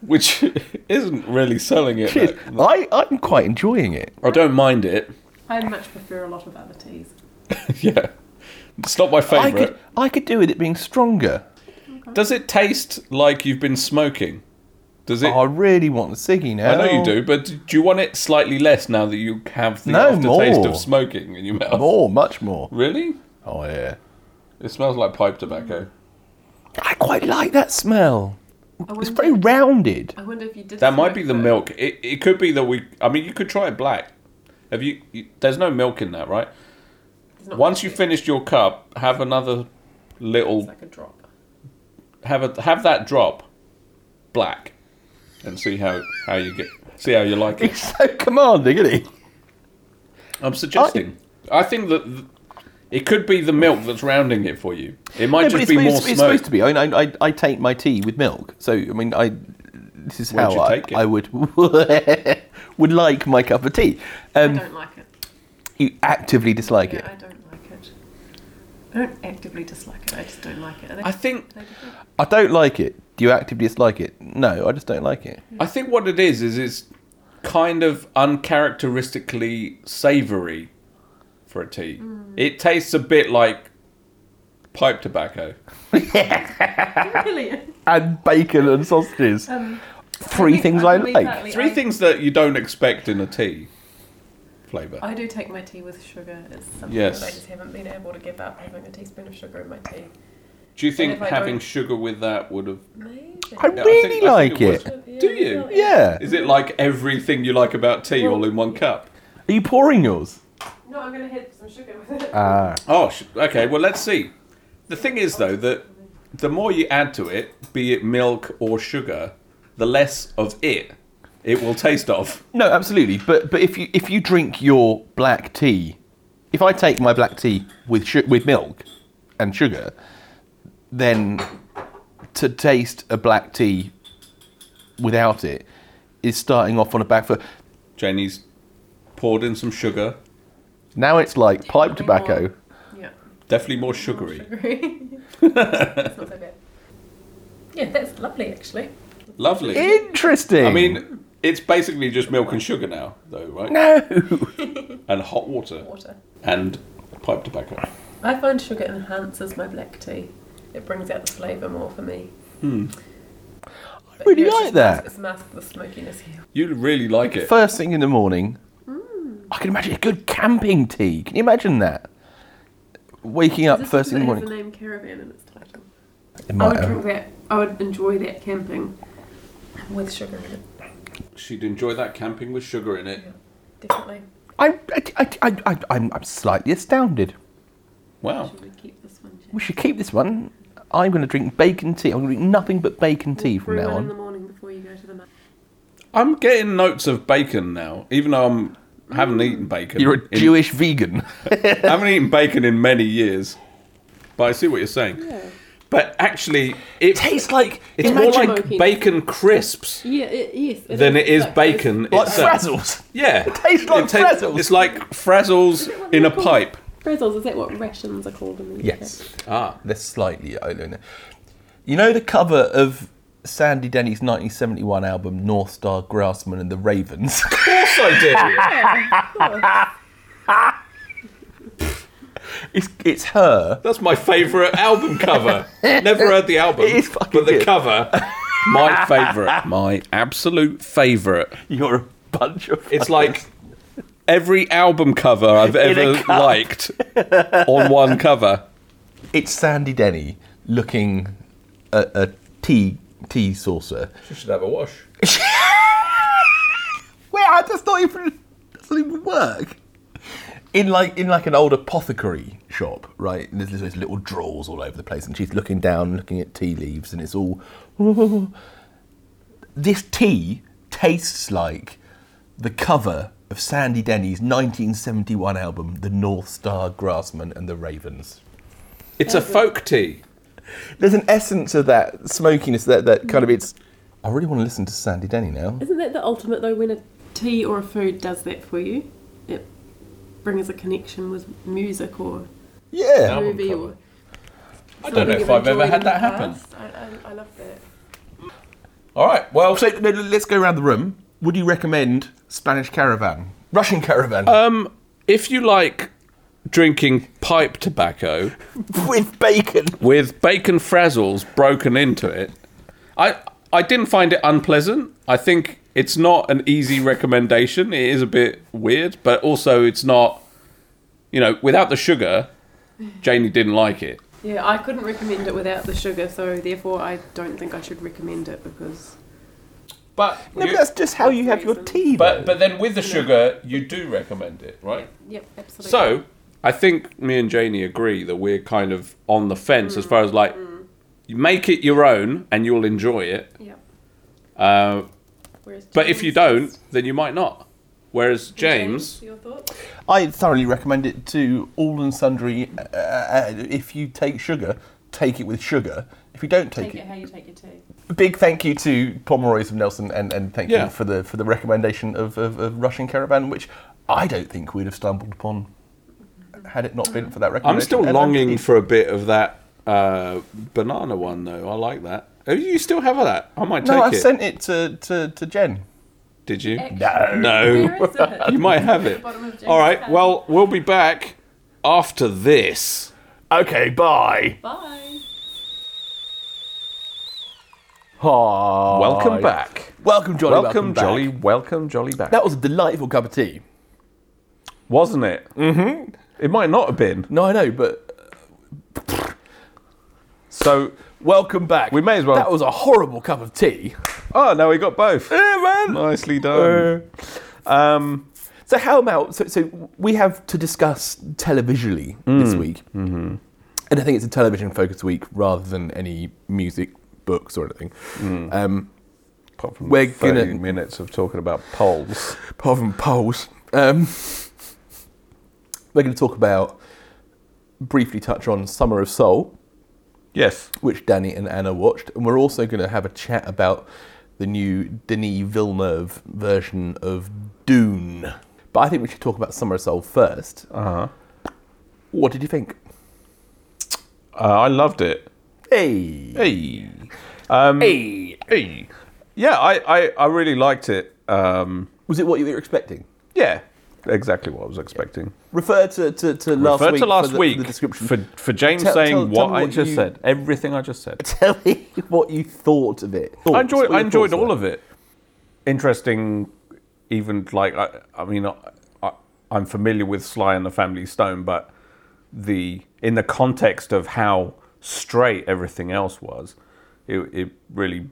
D: which <laughs> isn't really selling
C: <laughs>
D: it.
C: Shit,
D: though.
C: I I'm quite enjoying it.
D: I don't mind it. <laughs>
B: I much prefer a lot of other teas.
D: yeah. It's not my
C: I
D: favourite.
C: could, I could do with it being stronger.
D: Does it taste like you've been smoking? Does it?
C: Oh, I really want a ciggy now.
D: I know you do, but do you want it slightly less now that you have the
C: Oh, No,
D: aftertaste
C: more.
D: of smoking in your mouth?
C: More, much more.
D: Really?
C: Oh yeah.
D: It smells like pipe
C: Mm.
D: tobacco.
C: I quite like that smell.
B: I
C: It's
B: wonder,
C: very rounded.
B: I wonder if you did.
D: That might be the
B: smoke
D: milk. It, it could be that we. I mean, you could try it black. Have you, you? There's no milk in that, right?
B: It's not
D: Once
B: milk,
D: you've finished your cup, have another
B: It's
D: little.
B: like a drop.
D: Have a have that drop, black, and see how how you get. See how you like it.
C: He's so commanding, isn't he?
D: I'm suggesting. I, think that th- it could be the milk that's rounding it for you. It might
C: No, but
D: just
C: it's,
D: be
C: it's-
D: more
C: it's
D: smoke.
C: supposed to be. I, mean, I, I, I take my tea with milk. So, I mean, I this is
D: Where'd
C: how
D: you
C: I,
D: take it?
C: I would <laughs> would like my cup of tea.
B: I
C: Um,
B: don't like it.
C: you actively dislike
B: Yeah,
C: it.
B: I don't like it. I don't actively dislike it. I just don't like it. And
D: I think
B: they different?
C: I don't like it. Do you actively dislike it? No, I just don't like it.
D: I think what it is is it's kind of uncharacteristically savoury for a tea.
B: Mm.
D: It tastes a bit like pipe tobacco.
B: Brilliant.
C: And bacon and sausages.
B: Um,
C: Three
B: think-
C: things
B: I
C: I
B: believe
C: like.
B: that.
D: Three
B: I-
D: things that you don't expect in a tea flavour.
B: I do take my tea with sugar. It's something
D: Yes.
B: that I just haven't been able to give up having a teaspoon of sugar in my tea.
D: Do you think
B: if I
D: having
B: don't-
D: sugar with that would have?
B: Maybe.
C: I
D: Yeah, I
C: really
D: think- I
C: like
D: think it
C: it.
D: was. Do you?
C: Yeah.
D: Is it like everything you like about tea all in one cup?
C: Are you pouring yours?
B: No, I'm going to hit some sugar with it.
C: Ah.
D: Oh, sh- okay. Well, let's see. The thing is, though, that the more you add to it, be it milk or sugar, the less of it it will taste of.
C: No, absolutely. But but if you if you drink your black tea, if I take my black tea with su- with milk and sugar, then to taste a black tea without it is starting off on a back foot.
D: Janie's poured in some sugar.
C: Now it's like pipe tobacco.
B: Yeah.
D: Definitely more sugary.
B: Sugary. <laughs> it's not so bad. Yeah, that's lovely actually.
D: Lovely.
C: Interesting.
D: I mean, it's basically just milk and sugar now, though, right?
C: no.
D: And hot water
B: Water.
D: and pipe tobacco.
B: I find sugar enhances my black tea. It brings out the flavour more for me. But
C: Hmm. really
B: here it's
C: like
B: just-
C: that.
B: It's masked the smokiness here.
D: You really like it.
C: First thing in the morning, I can imagine a good camping tea. Can you imagine that? Waking up
B: Is this
C: first thing in the
B: one that has
C: morning.
B: the name caravan in its title.
C: It
B: I
C: might
B: would
C: have-
B: drink that. I would enjoy that camping with sugar in it.
D: She'd enjoy that camping with sugar in it.
B: Definitely.
C: I, I, I, I, I, I'm, I'm slightly astounded.
D: Wow.
B: Should we keep this one? Jack?
C: We should keep this one. I'm going to drink bacon tea. I'm going to drink nothing but bacon tea from
B: Brew
C: now
B: one in the
C: on.
B: morning before you go to the market.
D: I'm getting notes of bacon now, even though I'm haven't eaten bacon.
C: You're a
D: in-
C: Jewish <laughs> vegan.
D: <laughs> I haven't eaten bacon in many years, but I see what you're saying. But actually, it
C: Tastes <laughs> like
D: it's more
B: imagine-
D: like
B: Smoky.
D: bacon crisps
B: Yeah, it, yes. It
D: than it is bacon
C: like
D: itself.
C: frazzles.
D: Yeah, it
C: tastes like Frazzles.
D: It's like frazzles in a pipe.
B: Frizzles, is that what rations are called in the UK?
C: Yes,
D: Ah,
C: they're slightly. I don't know. You know the cover of Sandy Denny's 1971 album North Star Grassman and the Ravens. <laughs>
D: of course I did.
C: it's it's her.
D: That's my favourite album cover. Never heard the album,
C: <laughs> It is fucking
D: but the
C: good.
D: cover, my favourite, my absolute favourite.
C: You're a bunch of.
D: It's like every album cover I've
C: In a
D: ever
C: cup.
D: liked on one cover.
C: it's Sandy Denny looking at a tea tea saucer.
D: You should have a wash.
C: <laughs> Wait, I just not even doesn't even work. In like in like an old apothecary shop, right? and There's these little drawers all over the place, and she's looking down, looking at tea leaves, and it's all. <laughs> This tea tastes like the cover of Sandy Denny's 1971 album, The North Star Grassman and the Ravens.
D: It's a folk tea.
C: There's an essence of that smokiness, that that kind of it's. I really want to listen to Sandy Denny now.
B: <laughs> Isn't that the ultimate though when a tea or a food does that for you? It brings a connection with music or
C: Yeah.
D: Album
B: movie
D: cover.
B: or.
D: I don't know if I've ever had that happen.
B: I, I, I love that.
D: All right, well,
C: So no, let's go around the room. Would you recommend Spanish Caravan, Russian Caravan?
D: um, if you like drinking pipe tobacco
C: <laughs> with
D: <laughs>
C: bacon.
D: with bacon frazzles broken into it. I I didn't find it unpleasant. I think it's not an easy recommendation. It is a bit weird, but also it's not you know, without the sugar, Janie didn't like it.
B: Yeah, I couldn't recommend it without the sugar, so therefore I don't think I should recommend it because
D: But
C: No, but that's just
D: oh,
C: how you have your tea.
D: but
C: though.
D: but then with the sugar, you do recommend it, right?
B: yep, absolutely.
D: So I think me and Janie agree that we're kind of on the fence as far as like
B: Mm,
D: you make it your own and you'll enjoy it.
B: yep.
D: Uh,
B: Whereas
D: but if you
B: James-
D: don't, then you might not. Whereas James,
B: your thoughts?
C: I thoroughly recommend it to all and sundry. uh, Uh, if you take sugar, take it with sugar. If you don't take,
B: Take it
C: it,
B: how you take your tea.
C: big thank you to Pomeroy's and Nelson, and, and thank
D: Yeah.
C: you for the for the recommendation of, of, of Russian Caravan, which I don't think we'd have stumbled upon had it not been for that recommendation.
D: I'm still
C: And
D: longing for a bit of that uh, banana one though. I like that. Oh, you still have that? I might take
C: No, I
D: it.
C: sent it to, to, to Jen.
D: Did you?
B: Actually,
D: No.
B: where is
D: <laughs>
B: it?
D: You might have it.
B: Bottom of James'
D: All right.
B: bag.
D: Well, we'll be back after this.
C: Okay, bye.
B: Bye.
C: Hi.
D: Welcome back.
C: Welcome, Ah, Jolly.
D: Welcome,
C: Welcome, back.
D: jolly, welcome, jolly back.
C: That was a delightful cup of tea.
D: Wasn't it? Mm-hmm. It might not have been.
C: No, I know, but
D: So,
C: welcome back.
D: We may as well-
C: That was a horrible cup of tea.
D: oh, no, we got
C: <laughs>
D: both.
C: Yeah, man.
D: Nicely done. Um,
C: So how about so, so we have to discuss televisually
D: Mm.
C: this week, mm-hmm. and I think it's a television focused week rather than any music, books or anything.
D: Mm.
C: Um,
D: apart from
C: We're
D: 30
C: gonna-
D: minutes of talking about polls.
C: apart from polls, um, we're going to talk about briefly touch on Summer of Soul,
D: Yes.
C: which Danny and Anna watched, and we're also going to have a chat about the new Denis Villeneuve version of Dune. But I think we should talk about Summer of Soul first.
D: Uh-huh.
C: What did you think?
D: Uh, I loved it.
C: Hey.
D: Hey. Um, hey. Hey. Yeah, I, I, I really liked it. Um,
C: Was it what you were expecting?
D: yeah, exactly what I was expecting.
C: Refer to, to, to last
D: Refer
C: week.
D: to last
C: for the,
D: week
C: For the description.
D: for, for James
C: Tell-
D: saying
C: tell-
D: what
C: tell me
D: I
C: what
D: just
C: you-
D: said. Everything I just
C: <laughs>
D: said.
C: Tell me what you thought of it.
D: I enjoyed, I enjoyed all of it. Interesting, even like I, I mean, I, I, I'm familiar with Sly and the Family Stone, but the in the context of how straight everything else was, it, it really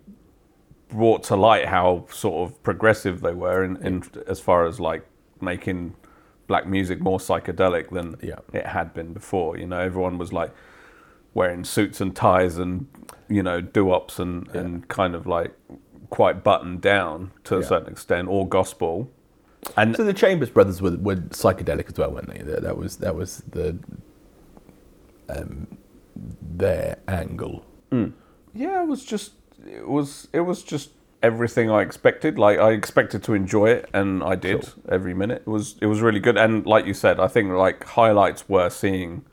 D: brought to light how sort of progressive they were in, in as far as like making black music more psychedelic than
C: Yeah.
D: it had been before. You know, everyone was like wearing suits and ties and you know do-ups and, and kind of like quite buttoned down to a
C: Yeah.
D: certain extent or gospel and
C: So the Chambers brothers were, were psychedelic as well, weren't they? That, that was that was the um, their angle.
D: yeah it was just it was it was just everything i expected like i expected to enjoy it and i did every minute it was it was really good and like you said i think like highlights were seeing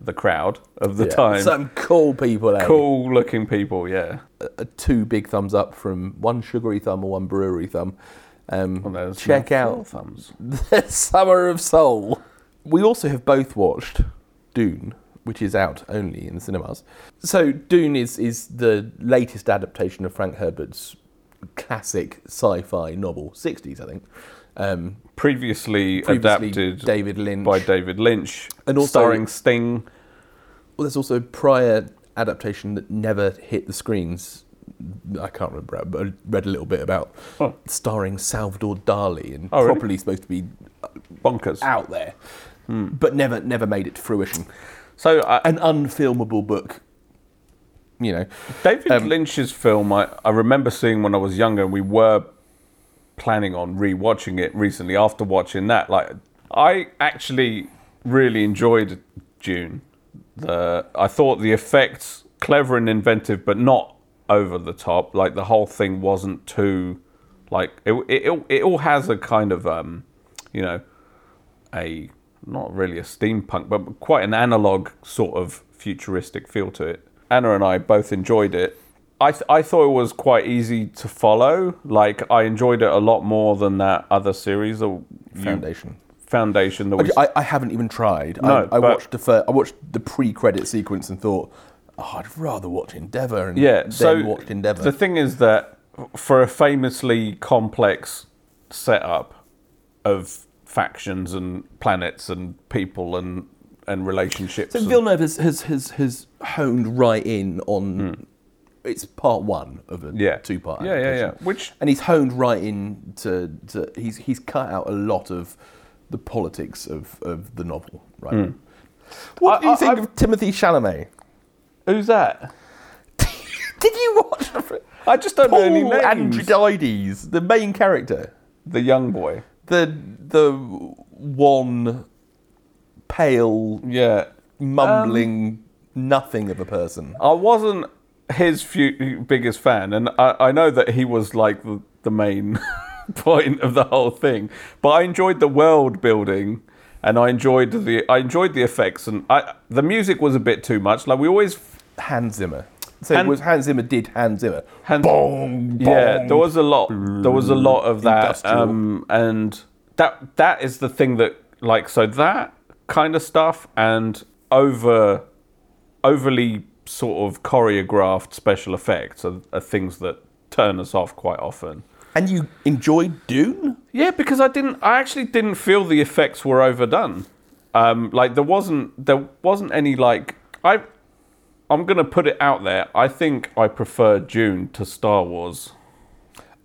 D: the crowd of the
C: Yeah.
D: time
C: Some cool people. eh?
D: cool looking people yeah
C: Uh, two big thumbs up from one sugary thumb or one brewery thumb. Um,
D: And there's
C: check
D: Oh, no
C: out
D: thumbs
C: The Summer of Soul. We also have both watched Dune, which is out only in the cinemas. So Dune is is the latest adaptation of Frank Herbert's classic sci-fi novel, 60s, I think. Um,
D: previously,
C: previously
D: adapted
C: David Lynch.
D: by David Lynch
C: And also-
D: starring Sting
C: well, there's also a prior adaptation that never hit the screens. I can't remember, but I read a little bit about
D: Oh.
C: starring Salvador Dali and
D: Oh, really?
C: properly supposed to be
D: bonkers
C: out there, but never never made it to fruition.
D: So uh, I
C: an unfilmable book. You know,
D: David
C: um,
D: Lynch's film, I, I remember seeing when I was younger, and we were planning on rewatching it recently. After watching that, like I actually really enjoyed June. The I thought the effects clever and inventive, but not over the top. Like the whole thing wasn't too like it. It, it, it all has a kind of um, you know a not really a steampunk, but quite an analog sort of futuristic feel to it. Anna and I both enjoyed it. I th- I thought it was quite easy to follow. Like I enjoyed it a lot more than that other series, the
C: Foundation.
D: foundation that we.
C: I, I haven't even tried.
D: No,
C: I, I
D: but-
C: watched the fir- I watched the pre-credit sequence and thought, oh, I'd rather watch Endeavour. And
D: yeah,
C: then
D: so
C: watched Endeavour.
D: the thing is that for a famously complex setup of factions and planets and people and and relationships,
C: So
D: and-
C: Villeneuve has, has, has, has honed right in on. It's part one of a
D: yeah,
C: two-part.
D: yeah, yeah, yeah,
C: adaptation.
D: which
C: And he's honed right in to, to he's he's cut out a lot of the politics of, of the novel, right? What
D: I-
C: do you
D: I-
C: think
D: I've-
C: of Timothy Chalamet?
D: who's that?
C: <laughs> Did you watch the fr-
D: I just don't
C: Paul
D: know any names.
C: Andridides, the main character,
D: The young boy.
C: the the one pale,
D: Yeah,
C: mumbling
D: Um,
C: nothing of a person.
D: I wasn't his few, biggest fan, and I, I know that he was like the, the main <laughs> point of the whole thing. But I enjoyed the world building, and I enjoyed the I enjoyed the effects, and I the music was a bit too much. Like we always,
C: Hans Zimmer. So
D: Han-
C: it was Hans Zimmer did Hans Zimmer.
D: Hans-
C: Bong,
D: yeah,
C: bong.
D: there was a lot, there was a lot of that,
C: Industrial.
D: um, and that that is the thing that like so that kind of stuff and over overly sort of choreographed special effects are, are things that turn us off quite often.
C: and you enjoyed Dune?
D: Yeah, because I didn't. I actually didn't feel the effects were overdone. Um, like there wasn't there wasn't any like I. I'm gonna put it out there. I think I prefer June to Star Wars.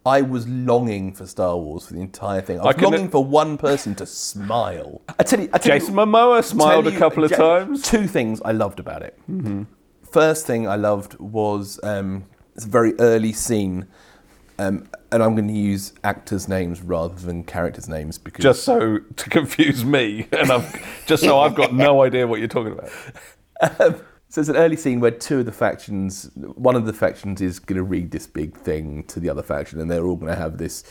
C: I was longing for Star Wars for the entire thing. I was
D: can-
C: longing for one person to smile. I tell you, I tell you-
D: Jason Momoa smiled
C: tell
D: a
C: you-
D: couple of
C: Ja-
D: times. Mm-hmm.
C: Two things I loved about it. First thing I loved was um, it's a very early scene, um, and I'm going to use actors' names rather than characters' names because
D: Just so to confuse me, and I'm just so I've got no idea what you're talking about.
C: Um, so it's an early scene where two of the factions, one of the factions is going to read this big thing to the other faction, and they're all going to have this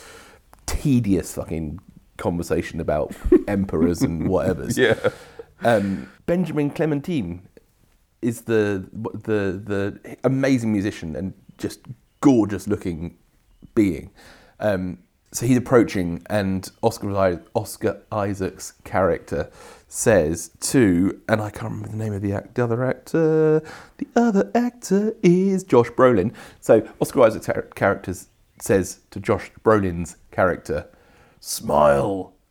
C: tedious fucking conversation
D: <laughs>
C: about emperors and whatever's.
D: Yeah.
C: Um, Benjamin Clementine is the the the amazing musician and just gorgeous looking being. Um, so he's approaching, and Oscar I- Oscar Isaac's character says to, and I can't remember the name of the act, the other actor. The other actor is Josh Brolin. So Oscar Isaac's char- character says to Josh Brolin's character, "Smile." <laughs>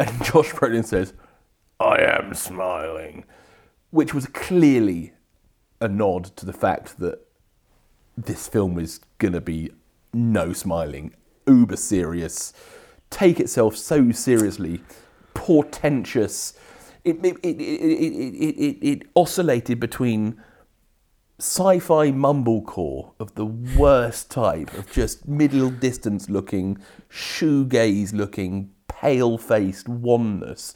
C: And Josh Brolin says, I am smiling. Which was clearly a nod to the fact that this film was going to be no smiling, uber serious, take itself so seriously, portentous. It, it, it, it, it, it, it, it oscillated between sci-fi mumblecore of the worst type of just middle distance looking shoegaze looking pale faced oneness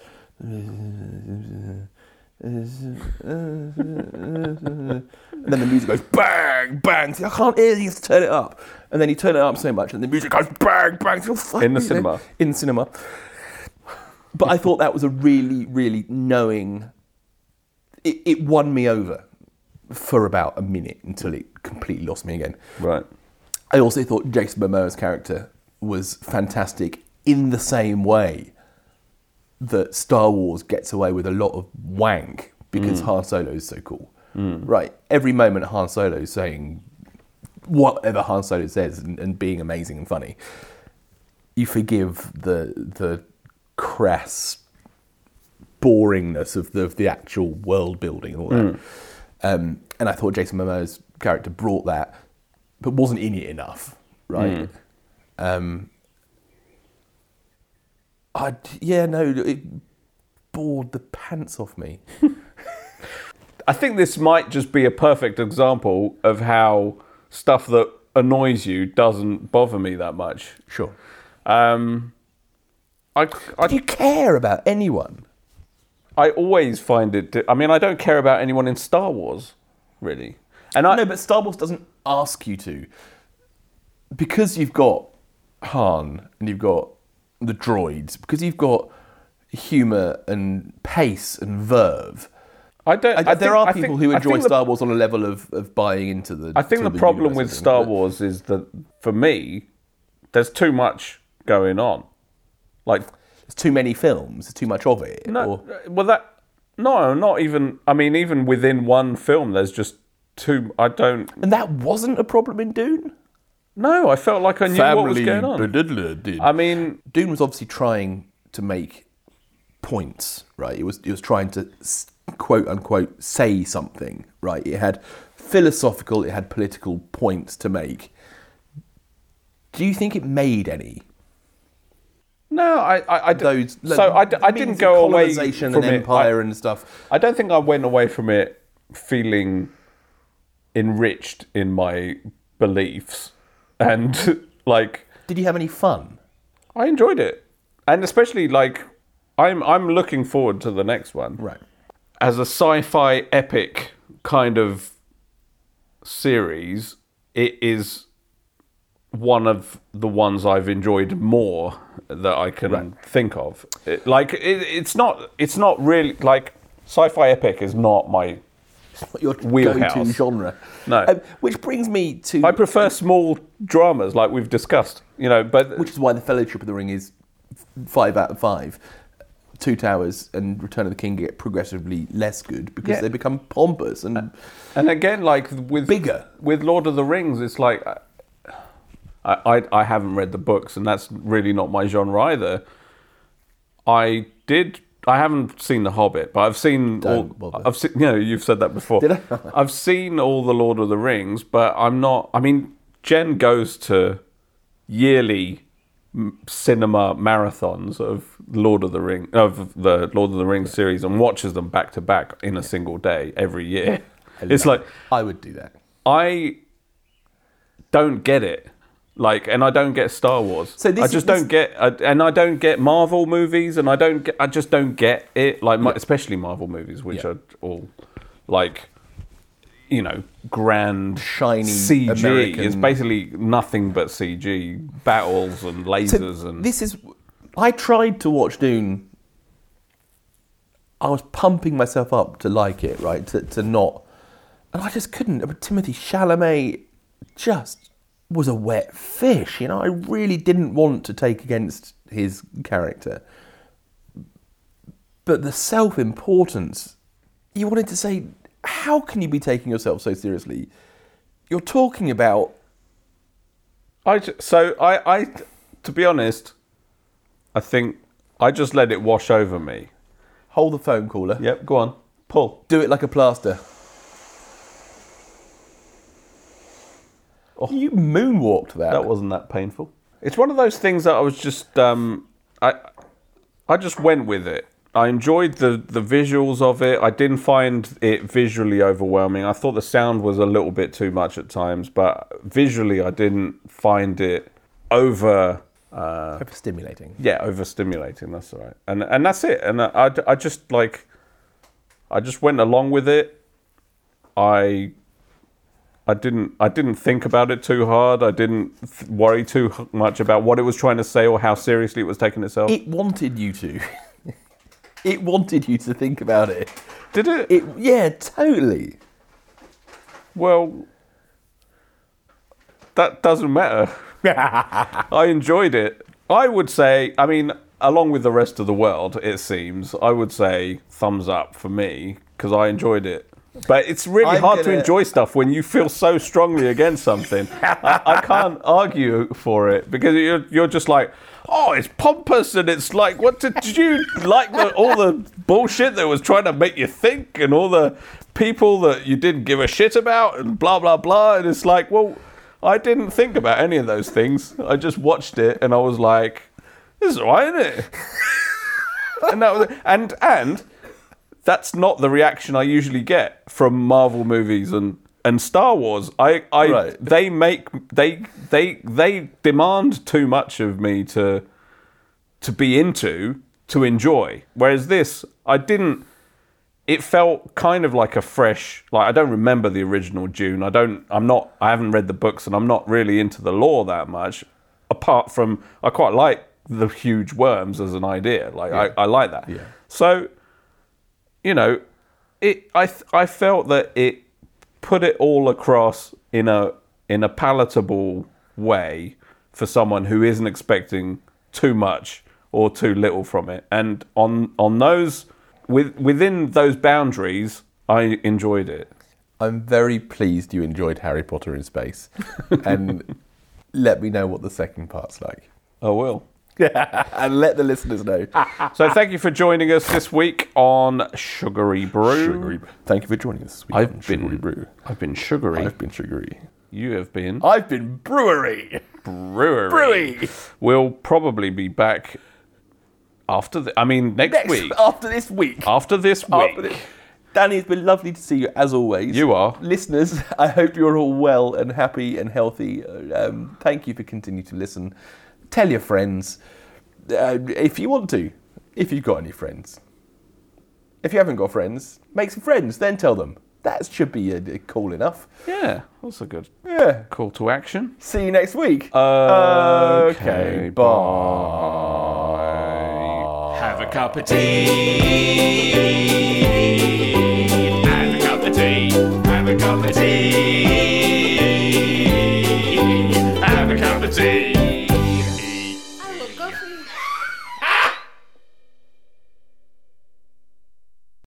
C: and then the music goes bang bang See, i can't hear you have to turn it up and then you turn it up so much and the music goes bang bang See, oh, fuck
D: In the
C: you know,
D: cinema.
C: in the cinema but i thought that was a really really knowing it, it won me over for about a minute until it completely lost me again.
D: Right.
C: I also thought Jason Momoa's character was fantastic in the same way that Star Wars gets away with a lot of wank because Han Solo is so cool. Right, every moment Han Solo is saying whatever Han Solo says and, and being amazing and funny. You forgive the the crass boringness of the, of the actual world building and all that. Um, and I thought Jason Momoa's character brought that, but wasn't in it enough, right? Um, I yeah no it bored the pants off me.
D: I think this might just be a perfect example of how stuff that annoys you doesn't bother me that much.
C: Sure.
D: Um, I, I
C: Do you care about anyone?
D: I always find it. I mean, I don't care about anyone in Star Wars, really. And I
C: no, but Star Wars doesn't ask you to. Because you've got Han and you've got the droids, because you've got humour and pace and verve.
D: I don't. I,
C: I,
D: think-
C: there are
D: I
C: people
D: think-
C: who
D: I
C: enjoy
D: think the-
C: Star Wars on a level of, of buying into the.
D: I think
C: to
D: the, problem
C: universe
D: with
C: and
D: Star
C: things, but-
D: Wars is that for me, there's too much going on. Like
C: there's too many films, there's too much of it.
D: No,
C: or-
D: uh, well that no, not even. I mean, even within one film, there's just two. I don't.
C: and that wasn't a problem in Dune.
D: No, I felt like I knew what was going on. Um, I mean,
C: Dune was obviously trying to make points, right? It was it was trying to s- quote unquote say something, right? It had philosophical, it had political points to make. Do you think it made any?
D: no, I, I, I d-
C: Those
D: so I, d- I
C: means
D: didn't
C: of
D: go away
C: colonization
D: from
C: and
D: it. I-
C: empire and stuff.
D: I don't think I went away from it feeling enriched in my beliefs and <laughs> like
C: Did you have any fun?
D: I enjoyed it. And especially like I'm I'm looking forward to the next one.
C: Right.
D: As a sci-fi epic kind of series, it is one of the ones I've enjoyed more that I can think of. It- like it, it's not it's not really like sci-fi epic is not my
C: What your
D: Wheelhouse.
C: go-to genre?
D: No.
C: Um, which brings me to
D: I prefer small dramas like we've discussed, you know, but
C: which is why the Fellowship of the Ring is f- five out of five. Two Towers and Return of the King get progressively less good because
D: Yeah. Uh,
C: they become pompous and
D: And again, like with
C: Bigger.
D: with Lord of the Rings, it's like I, I I haven't read the books, and that's really not my genre either. I did. I haven't seen The Hobbit, but I've seen.
C: Don't
D: all,
C: bother.
D: I've seen. You know, you've said that before.
C: Did I?
D: <laughs> I've seen all the Lord of the Rings, but I'm not. I mean, Jen goes to yearly m- cinema marathons of Lord of the Ring of the Lord of the Rings series and watches them back to back in a single day every year. It's like
C: <laughs> I would do that.
D: I don't get it. Like, and I don't get Star Wars.
C: So this
D: I
C: is-
D: just
C: this-
D: don't get, I, and I don't get Marvel movies, and I don't get, I just don't get it. Like, my, especially Marvel movies, which
C: Yeah.
D: are all like, you know, grand,
C: Shiny
D: CG. It's
C: American-
D: basically nothing but CG battles and
C: So
D: lasers and
C: this is I tried to watch Dune. I was pumping myself up to like it, right? To, to not, and I just couldn't. I mean, Timothy Chalamet just was a wet fish, you know. I really didn't want to take against his character, but the self-importance. You wanted to say, how can you be taking yourself so seriously? You're talking about
D: I ju- so I I to be honest, I think I just let it wash over me.
C: hold the phone caller.
D: Yep, go on, pull.
C: Do it like a plaster. You moonwalked Oh. that.
D: That wasn't that painful. It's one of those things that I was just um, I I just went with it. I enjoyed the the visuals of it. I didn't find it visually overwhelming. I thought the sound was a little bit too much at times, but visually I didn't find it over uh,
C: overstimulating.
D: yeah overstimulating. That's all right, and and that's it. And I, I I just like I just went along with it. I I didn't I didn't think about it too hard. I didn't th- worry too h- much about what it was trying to say or how seriously it was taking itself.
C: It wanted you to. <laughs> it wanted you to think about it.
D: Did it?
C: It yeah, totally.
D: Well, that
C: <laughs>
D: doesn't matter. I enjoyed it. I would say, I mean, along with the rest of the world, it seems, I would say thumbs up for me because I enjoyed it. But it's really
C: I'm
D: hard to
C: gonna-
D: enjoy stuff when you feel so strongly against something. I, I can't argue for it because you're, you're just like, oh, it's pompous and it's like, what did did you like? The, all the bullshit that was trying to make you think and all the people that you didn't give a shit about and blah, blah, blah. And it's like, well, I didn't think about any of those things. I just watched it and I was like, this is all right, isn't it? and that was and and that's not the reaction I usually get from Marvel movies and and Star Wars. I I
C: Right.
D: they make they they they demand too much of me to to be into to enjoy. Whereas this, I didn't. It felt kind of like a fresh. Like I don't remember the original Dune. I don't. I'm not. I haven't read the books, and I'm not really into the lore that much. Apart from, I quite like the huge worms as an idea. Like I, I like that.
C: Yeah.
D: So, you know, it. I th- I felt that it put it all across in a in a palatable way for someone who isn't expecting too much or too little from it. And on on those with within those boundaries, I enjoyed it.
C: I'm very pleased you enjoyed Harry Potter in <laughs> space, and let me know what the second part's <laughs> like,
D: I will.
C: and let the listeners know.
D: So thank you for joining us this week on Sugary Brew.
C: Sugary. Thank you for joining us. This week
D: I've
C: on
D: been
C: Sugary Brew.
D: I've been sugary. Oh.
C: I've been sugary.
D: You have been
C: I've been brewery.
D: brewery.
C: Brewery.
D: We'll probably be back after the. I mean, next,
C: Next
D: week.
C: after this week.
D: After this week.
C: After this- Danny, it's been lovely to see you as always.
D: You are.
C: Listeners, <laughs> I hope you're all well and happy and healthy. Um, thank you for continuing to listen. Tell your friends uh, if you want to, if you've got any friends. If you haven't got friends, make some friends, then tell them. That should be uh, cool enough.
D: Yeah, that's a good
C: Yeah.
D: call to action.
C: See you next week. Uh,
D: Okay,
C: bye.
E: Have a cup of tea.